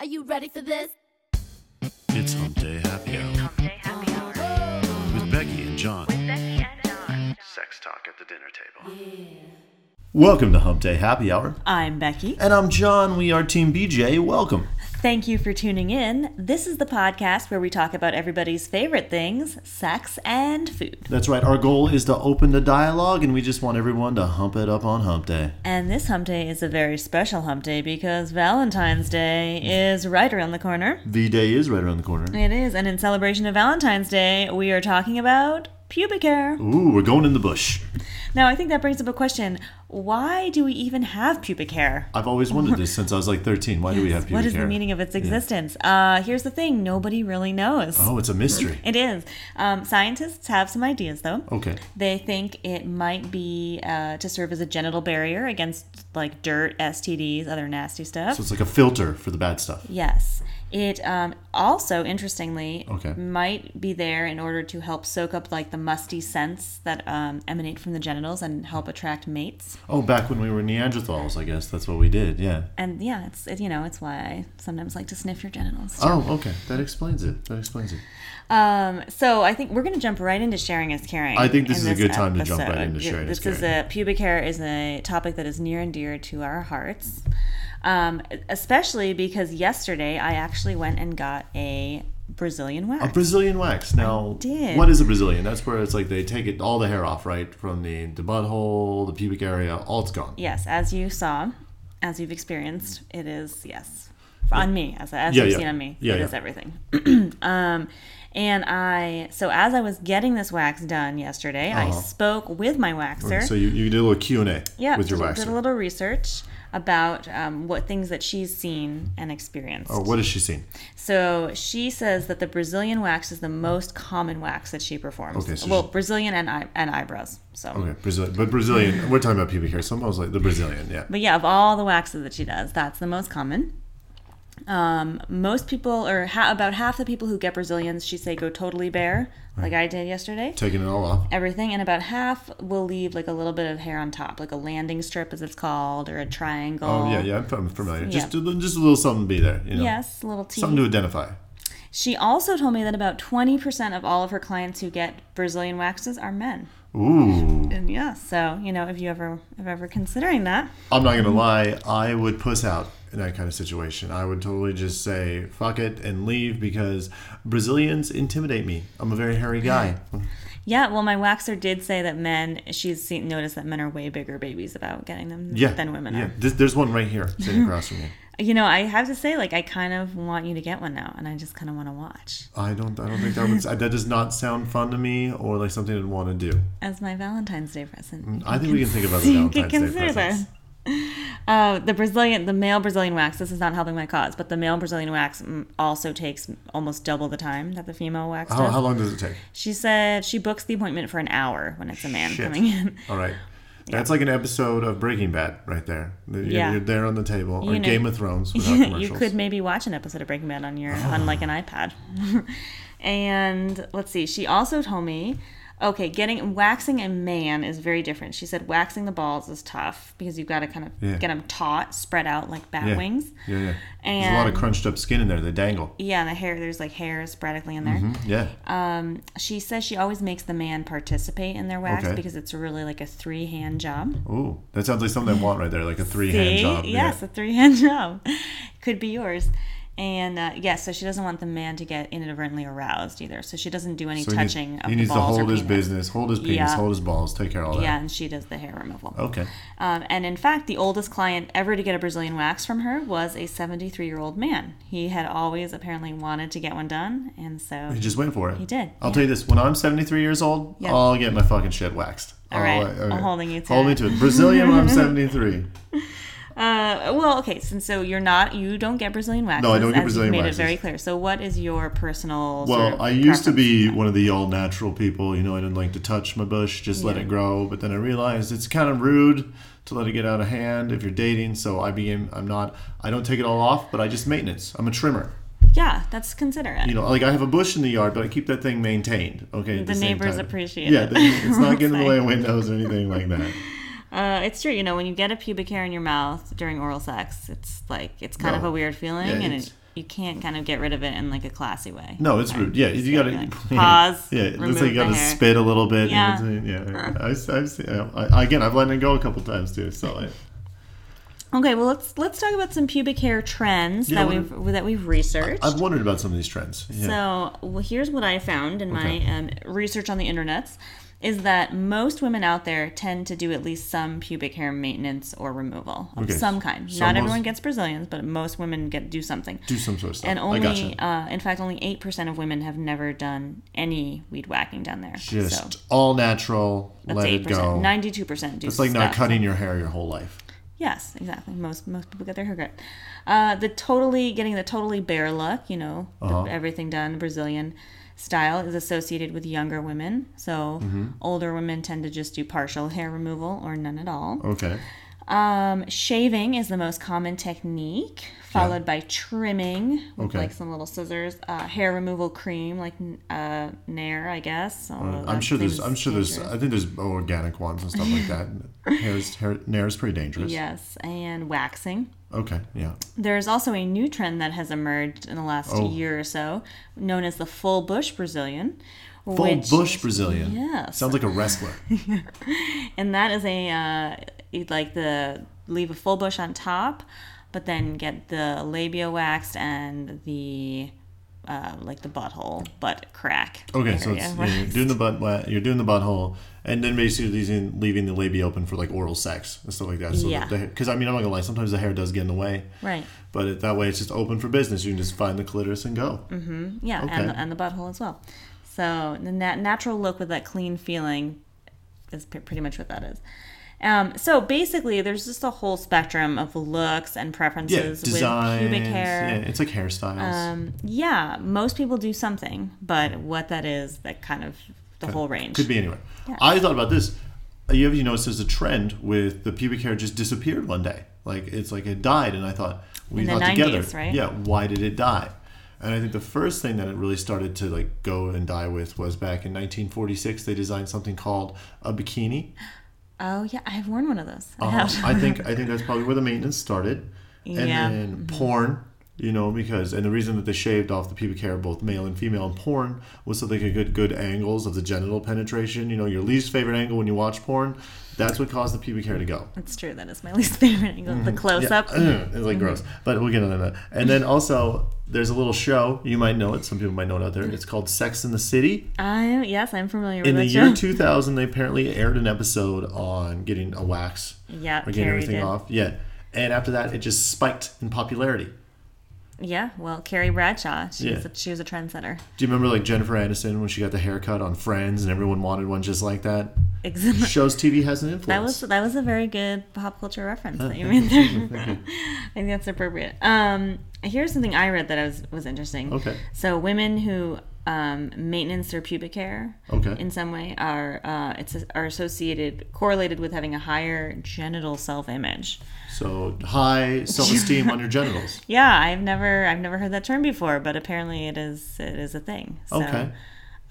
Are you ready for this? It's Hump Day Happy Hour with Becky and John. Sex talk at the dinner table. Welcome to Hump Day Happy Hour. I'm Becky. And I'm John. We are Team BJ. Welcome. Thank you for tuning in. This is the podcast where we talk about everybody's favorite things sex and food. That's right. Our goal is to open the dialogue, and we just want everyone to hump it up on Hump Day. And this hump day is a very special hump day because Valentine's Day is right around the corner. The day is right around the corner. It is. And in celebration of Valentine's Day, we are talking about pubic hair. Ooh, we're going in the bush. Now, I think that brings up a question why do we even have pubic hair? I've always wondered this since I was like 13. Why do we have pubic What is hair? the meaning of its existence? Uh, here's the thing nobody really knows. Oh, it's a mystery. It is. Um, scientists have some ideas, though. Okay. They think it might be uh, to serve as a genital barrier against like dirt, STDs, other nasty stuff. So it's like a filter for the bad stuff. yes. It um, also, interestingly, Okay. might be there in order to help soak up like the musty scents that um, emanate from the genitals and help attract mates. Oh, back when we were Neanderthals, I guess that's what we did. Yeah. And yeah, it's it, you know it's why I sometimes like to sniff your genitals. Oh, okay. That explains it. That explains it. Um, so I think we're going to jump right into sharing is caring. I think this in is a good time to jump right into Yeah, sharing is This is caring. a pubic hair is a topic that is near and dear to our hearts, um, especially because yesterday I actually went and got a Brazilian wax. A Brazilian wax. Now, did. what is a Brazilian? That's where it's like they take it all the hair off, right, from the the butthole, the pubic area, all it's gone. yes, as you saw, as you've experienced, it is yes on me as, as Yeah, you've yeah. seen on me. Yeah, it yeah. is everything. um, and I so as I was getting this wax done yesterday, I spoke with my waxer. So you, you Uh-huh. did a little Q and A yeah, with your did- did a waxer. little research about um, what things that she's seen and experienced. Or what has she seen? So she says that the Brazilian wax is the most common wax that she performs. Okay, so well, she- Oh. Brazilian Brazilian and eye- and eyebrows. So, Okay, Brazilian, but Brazilian. we're talking about pubic hair. Some I was like the Brazilian, yeah. but yeah, of all the waxes that she does, that's the most common. Um, most people, or ha- about half the people who get Brazilians, she say go totally bare, like I did yesterday. Taking it all off. everything and about half will leave like a little bit of hair on top like a landing strip as it's called or a triangle Oh yeah, yeah. I'm fam- familiar. Just Yeah. a li- just a little something to be there. You know? yes little teeth Something to identify. She also told me that about 20% of all of her clients who get Brazilian waxes are men. Ooh. And yeah, so, you know, if you ever if ever considering that. I'm not gonna lie. I would puss out in that kind of situation. I would totally just say fuck it and leave because Brazilians intimidate me. I'm a very hairy guy. Yeah, well, my waxer did say that men, she's seen, noticed that men are way bigger babies about getting them yeah, than women yeah. are. This, there's one right here sitting across from me. You know, I have to say, like, I kind of want you to get one now, and I just kind of want to watch I don't. I don't think that would. That does not sound fun to me, or like something I'd want to do. as my Valentine's Day present. I think we can think about the So you Mm. Valentine's could Day consider presents. that. Uh, the Brazilian, the male Brazilian wax. This is not helping my cause, but the male Brazilian wax mm, also takes almost double the time that the female wax How, does. how long does it take? She said she books the appointment for an hour when it's a man Shit. coming in. All right. That's like an episode of Breaking Bad right there. You're, Yeah. you're there on the table, or You know- Game of Thrones without commercials. you could maybe watch an episode of Breaking Bad on your on like an iPad. and let's see. She also told me, okay, getting waxing a man is very different. She said waxing the balls is tough because you've got to kind of Yeah. get 'em get them taut, spread out like bat yeah. wings. Yeah, yeah. There's a lot of And- crunched up skin in there. They dangle. Yeah, and the hair there's like hair sporadically in there. Yeah. Um, She says she always makes the man participate in their wax Okay. because it's really like a three hand job. Ooh, that sounds like something I want right there, like a three hand See? job. Yes, a three hand job. Could be yours. And uh, yes, so she doesn't want the man to get inadvertently aroused either. So she doesn't do any So he needs- touching He of the needs to balls or hold his penis. business, hold his penis, Yeah. hold his balls, take care of all that. Yeah, and she does the hair removal. Okay. Um, and in fact, the oldest client ever to get a Brazilian wax from her was a 73 year old man. He had always apparently wanted to get one done, and so He just went for it. He did, I'll yeah. tell you this: when I'm 73 years old, Yeah. I'll get my fucking shit waxed. All I'll- right, uh, I'm holding you to hold me it. to it. Brazilian when I'm 73. Uh, well, okay, since so you're not, you don't get Brazilian waxes. No, I don't get as Brazilian you've made waxes. it very clear. So, what is your personal? sort Well, of I used to preference? be one of the all natural people. You know, I didn't like to touch my bush, just let it grow. But then I realized it's kind of rude to let it get out of hand if you're dating. So I became. I'm not. I don't take it all off, but I just maintenance. I'm a trimmer. Yeah, that's considerate. you know, like I have a bush in the yard, but I keep that thing maintained. Okay, at The same neighbors time. appreciate Yeah, it. they- it's not getting in the way Sorry. of windows or anything like that. Uh, it's true. You know, when you get a pubic hair in your mouth during oral sex, it's like it's kind of No. a weird feeling, Yeah, and it's- it you can't kind of get rid of it in like a classy way. No, it's rude. Yeah, you gotta like, pause, Yeah, it looks remove like you gotta the hair. spit a little bit. Yeah. you know, yeah. I've, I've seen, I, again, I've let it go a couple times too. So I, Okay, well let's let's talk about some pubic hair trends Yeah, that what- we've that we've researched. I've wondered about some of these trends. Yeah. So well, here's what I found in Okay. my um, research on the internets is that most women out there tend to do at least some pubic hair maintenance or removal of Okay. some kind. So Not most- everyone gets Brazilians, but most women get do something. Do some sort of stuff. and only, Oh, I gotcha. uh, in fact, only eight percent of women have never done any weed whacking down there. Just so all natural. that's let eight it percent. go. Ninety-two percent do. It's like stuff. not cutting your hair your whole life. Yes, exactly. Most most people get their haircut. Uh, the totally getting the totally bare look, you know, the- Uh-huh. everything done Brazilian style is associated with younger women. So Mm-hmm. older women tend to just do partial hair removal or none at all. Okay. Um, shaving is the most common technique, followed by trimming with Okay. like some little scissors, uh, hair removal cream like uh, Nair, I guess. although I'm that sure there's. seems I'm sure there's. dangerous. I think there's organic ones and stuff like that. Hair's hair, hair is pretty dangerous. Yes, and waxing. Okay. Yeah. There's also a new trend that has emerged in the last Oh. year or so, known as the full bush Brazilian. Full which- bush Brazilian. Yes. Sounds like a wrestler. And that is a uh, you'd like the leave a full bush on top, but then get the labia waxed and the uh, like the butthole butt crack. Okay, so it's, area. yeah, you're doing the butt, wa- you're doing the butthole, and then basically leaving, leaving the labia open for like oral sex and stuff like that. So Yeah. Because I mean, I'm not gonna lie, sometimes the hair does get in the way, right. but it, that way it's just open for business. You can just find the clitoris and go. Yeah, Okay. and, the, and the butthole as well. So the nat- natural look with that clean feeling is p- pretty much what that is. Um, so basically, there's just a whole spectrum of looks and Yeah, preferences designs. with pubic hair. Yeah, it's like hairstyles. Um, yeah, most people do something, but what that is, that kind of the whole range. Could be anywhere. I thought about this. You ever noticed there's a trend with the pubic hair just disappeared one day? Like it's like it died, and I thought we In the thought together, 90s, right? yeah. Why did it die? And I think the first thing that it really started to like go and die with was back in 1946. They designed something called a bikini. Oh yeah, I've worn one of those. I Uh, have. I think I think that's probably where the maintenance started, and Yeah. Mm-hmm. then porn. You know, because and the reason that they shaved off the pubic hair, both male and female, in porn was so they could get good angles of the genital penetration. You know, your least favorite angle when you watch porn, that's what caused the pubic hair to go. It's true. That is my least favorite angle. Mm-hmm. The close up. it's like gross, but we'll get into that. And then also, there's a little show you might know it. Some people might know it out there. It's called Sex in the City. I yes, I'm familiar with In the that year show. 2000, they apparently aired an episode on getting a wax Yeah, or getting Carrie everything did. off. Yeah. And after that, it just spiked in popularity. Yeah, well, Carrie Bradshaw. She was Yeah. a, she was a trendsetter. Do you remember like Jennifer Aniston when she got the haircut on Friends and everyone wanted one just like that? Exactly. Shows TV has an influence. That was that was a very good pop culture reference that Uh, you made there. I think that's appropriate. Um, here's something I read that I was was interesting. Okay. So women who um, maintenance their pubic hair Okay. in some way are uh, it's are associated correlated with having a higher genital self image. so high self esteem on your genitals. Yeah, I've never I've never heard that term before, but apparently it is it is a thing. So, Okay.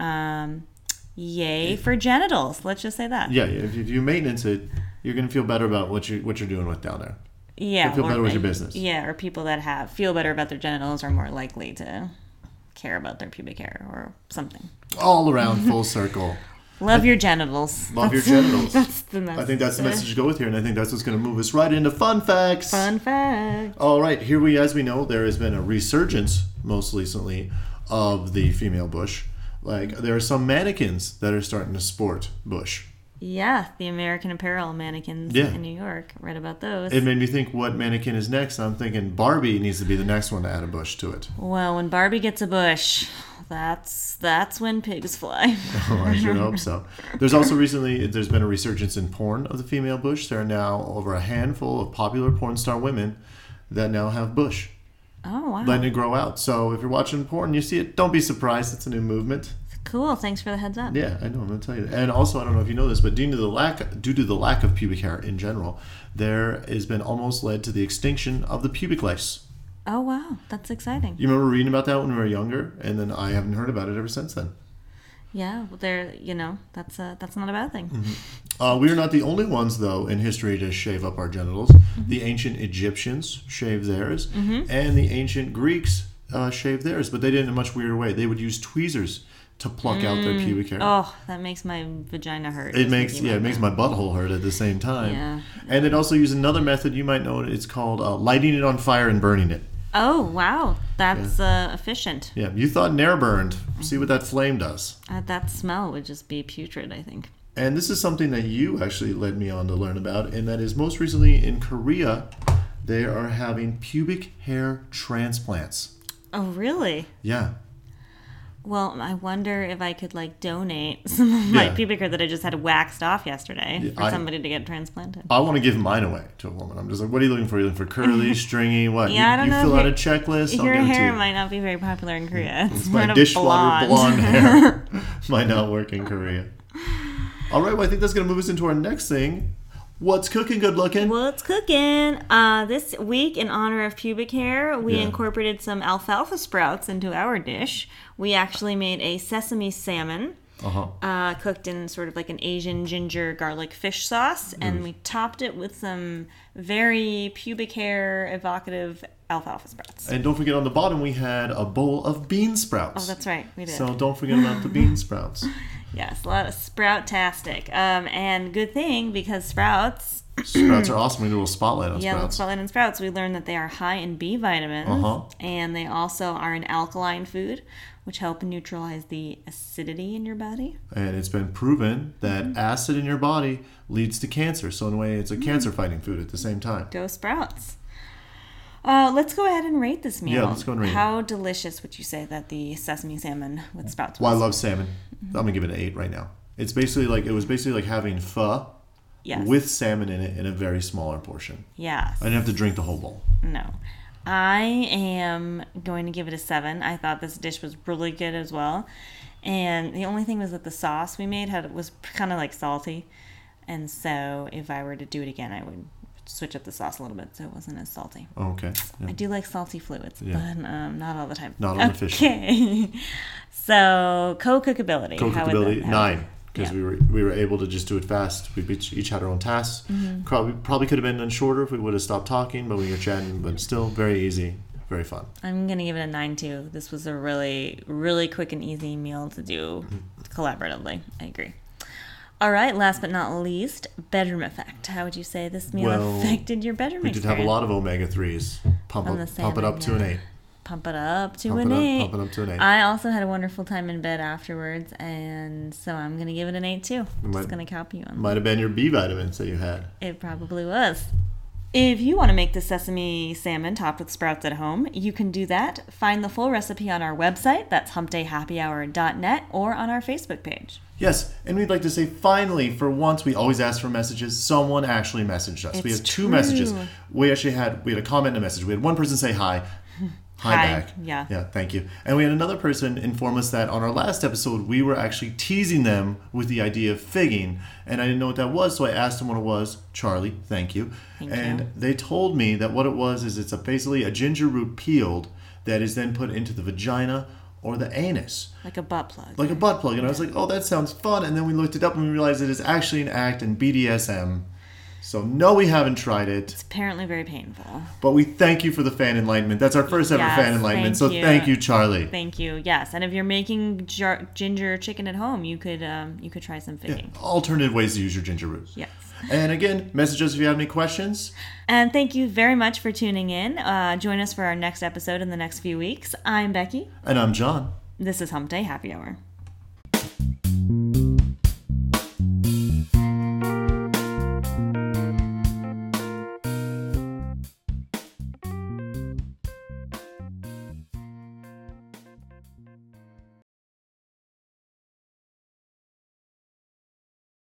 Um, yay for genitals. Let's just say that. Yeah. If you, if you maintenance it, you're gonna feel better about what you what you're doing with down there. Yeah, feel or better with they- your business. Yeah, or people that have feel better about their genitals are more likely to care about their pubic hair or something. All around, full circle. Love your genitals. Love your That's- genitals. That's the message. I think that's the message to go with here, and I think that's what's gonna move us right into fun facts. Fun fact. All right, here we, as we know, there has been a resurgence most recently of the female bush. Like there are some mannequins that are starting to sport bush. Yeah, the American Apparel mannequins Yeah. in New York. Read about those. It made me think, what mannequin is next? I'm thinking Barbie needs to be the next one to add a bush to it. well, when Barbie gets a bush, that's that's when pigs fly. Oh, I sure hope so. There's also recently there's been a resurgence in porn of the female bush. There are now over a handful of popular porn star women that now have bush, Oh wow, letting it grow out. So if you're watching porn, and you see it, don't be surprised. It's a new movement. cool. Thanks for the heads up. Yeah, I know. I'm gonna tell you. And also, I don't know if you know this, but due to the lack due to the lack of pubic hair in general, there has been almost led to the extinction of the pubic lice. Oh wow, that's exciting. You remember reading about that when we were younger, and then I haven't heard about it ever since then. Yeah, well, there. You know, that's uh, that's not a bad thing. Uh, we are not the only ones, though, in history to shave up our genitals. The ancient Egyptians shaved theirs, and the ancient Greeks uh, shave theirs, but they did it in a much weirder way. They would use tweezers to pluck out their pubic hair. Oh, that makes my vagina hurt. It just makes thinking yeah, it about makes that. my butthole hurt at the same time. Yeah. And it also uses another method you might know. it. It's called uh, lighting it on fire and burning it. Oh wow, that's uh, efficient. Yeah, you thought Nair burned. See what that flame does. Uh, that smell would just be putrid, I think. And this is something that you actually led me on to learn about, and that is most recently in Korea, they are having pubic hair transplants. Oh really? Yeah. Well, I wonder if I could like donate some of my Yeah. pubic hair that I just had waxed off yesterday for I- somebody to get transplanted. I want to give mine away to a woman. I'm just like, what are you looking for? You're looking for curly, stringy, what? Yeah, you, I don't you know fill if out a your- checklist. I'll Your give it to hair you. might not be very popular in Korea. It's, My not a dishwater blonde. blonde hair might not work in Korea. All right, well, I think that's going to move us into our next thing. What's cooking, good looking? What's cooking? Uh, this week, in honor of pubic hair, we Yeah. incorporated some alfalfa sprouts into our dish. We actually made a sesame salmon. Uh-huh. uh, cooked in sort of like an Asian ginger garlic fish sauce, and we topped it with some very pubic hair evocative alfalfa sprouts. And don't forget on the bottom, we had a bowl of bean sprouts. Oh, that's right, we did. So don't forget about the bean sprouts. yes, a lot of sprout-tastic. Um, and good thing because sprouts, Sprouts are awesome. We do a little spotlight on yeah, sprouts. spotlight and sprouts, we learned that they are high in B vitamins, Uh-huh. and they also are an alkaline food, which help neutralize the acidity in your body. And it's been proven Mm-hmm. that acid in your body leads to cancer. So in a way, it's a cancer-fighting food at the same time. Go Sprouts. Uh, let's go ahead and rate this meal. Yeah, let's go and rate it. How delicious would you say that the sesame salmon with sprouts Well, was? I love salmon. I'm Mm-hmm. gonna give it an eight right now. It's basically like it was basically like having pho yes. with salmon in it in a very smaller portion. yes. I didn't have to drink the whole bowl. No. I am going to give it a seven. I thought this dish was really good as well. And the only thing was that the sauce we made had was kind of like salty. And so if I were to do it again, I would switch up the sauce a little bit so it wasn't as salty. Oh, Okay. Yeah. I do like salty fluids, Yeah. but um, not all the time. Not on the fish. Okay. so co-cookability. how would that- Co-cookability how- nine because yeah. we were we were able to just do it fast. We each, each had our own tasks. Mm-hmm. Probably probably could have been done shorter if we would have stopped talking, but we were chatting. But still, very easy, very fun. I'm gonna give it a nine too. This was a really, really quick and easy meal to do Mm-hmm. collaboratively. I agree. All right. Last but not least, bedroom effect. How would you say this meal Well, affected your bedroom? We did have a experience? lot of omega threes. Pump On up, the pump it up salmon, to an yeah. eight. Pump it up to Pump an it up- eight. pump it up to an eight. I also had a wonderful time in bed afterwards, and so I'm gonna give it an eight too. I'm might- just gonna copy you on. Might have been your B vitamins that you had. It probably was. If you want to make the sesame salmon topped with sprouts at home, you can do that. Find the full recipe on our website, that's humpdayhappyhour.net, or on our Facebook page. Yes, and we'd like to say finally, for once, we always ask for messages. Someone actually messaged us. we It's have two messages. true. We actually had we had a comment and a message. We had one person say hi. Hi, Hi, back. yeah. Yeah, thank you. And we had another person inform us that on our last episode we were actually teasing them with the idea of figging, and I didn't know what that was, so I asked them what it was. Charlie, thank you. Thank and you. they told me that what it was is it's a, basically a ginger root peeled that is then put into the vagina or the anus Like a butt plug. like a butt plug. And I was like, oh, that sounds fun. And then we looked it up and we realized it is actually an act in BDSM. So, no, we haven't tried it, it's apparently very painful. but we thank you for the fan enlightenment. That's our first ever Yes, fan enlightenment. thank so, you. thank you, Charlie. Thank you. Yes, and if you're making jar- ginger chicken at home, you could um, you could try some figging. Alternative ways to use your ginger root. Yes. And again, message us if you have any questions. And thank you very much for tuning in. Uh, join us for our next episode in the next few weeks. I'm Becky. And I'm John. This is Hump Day Happy Hour.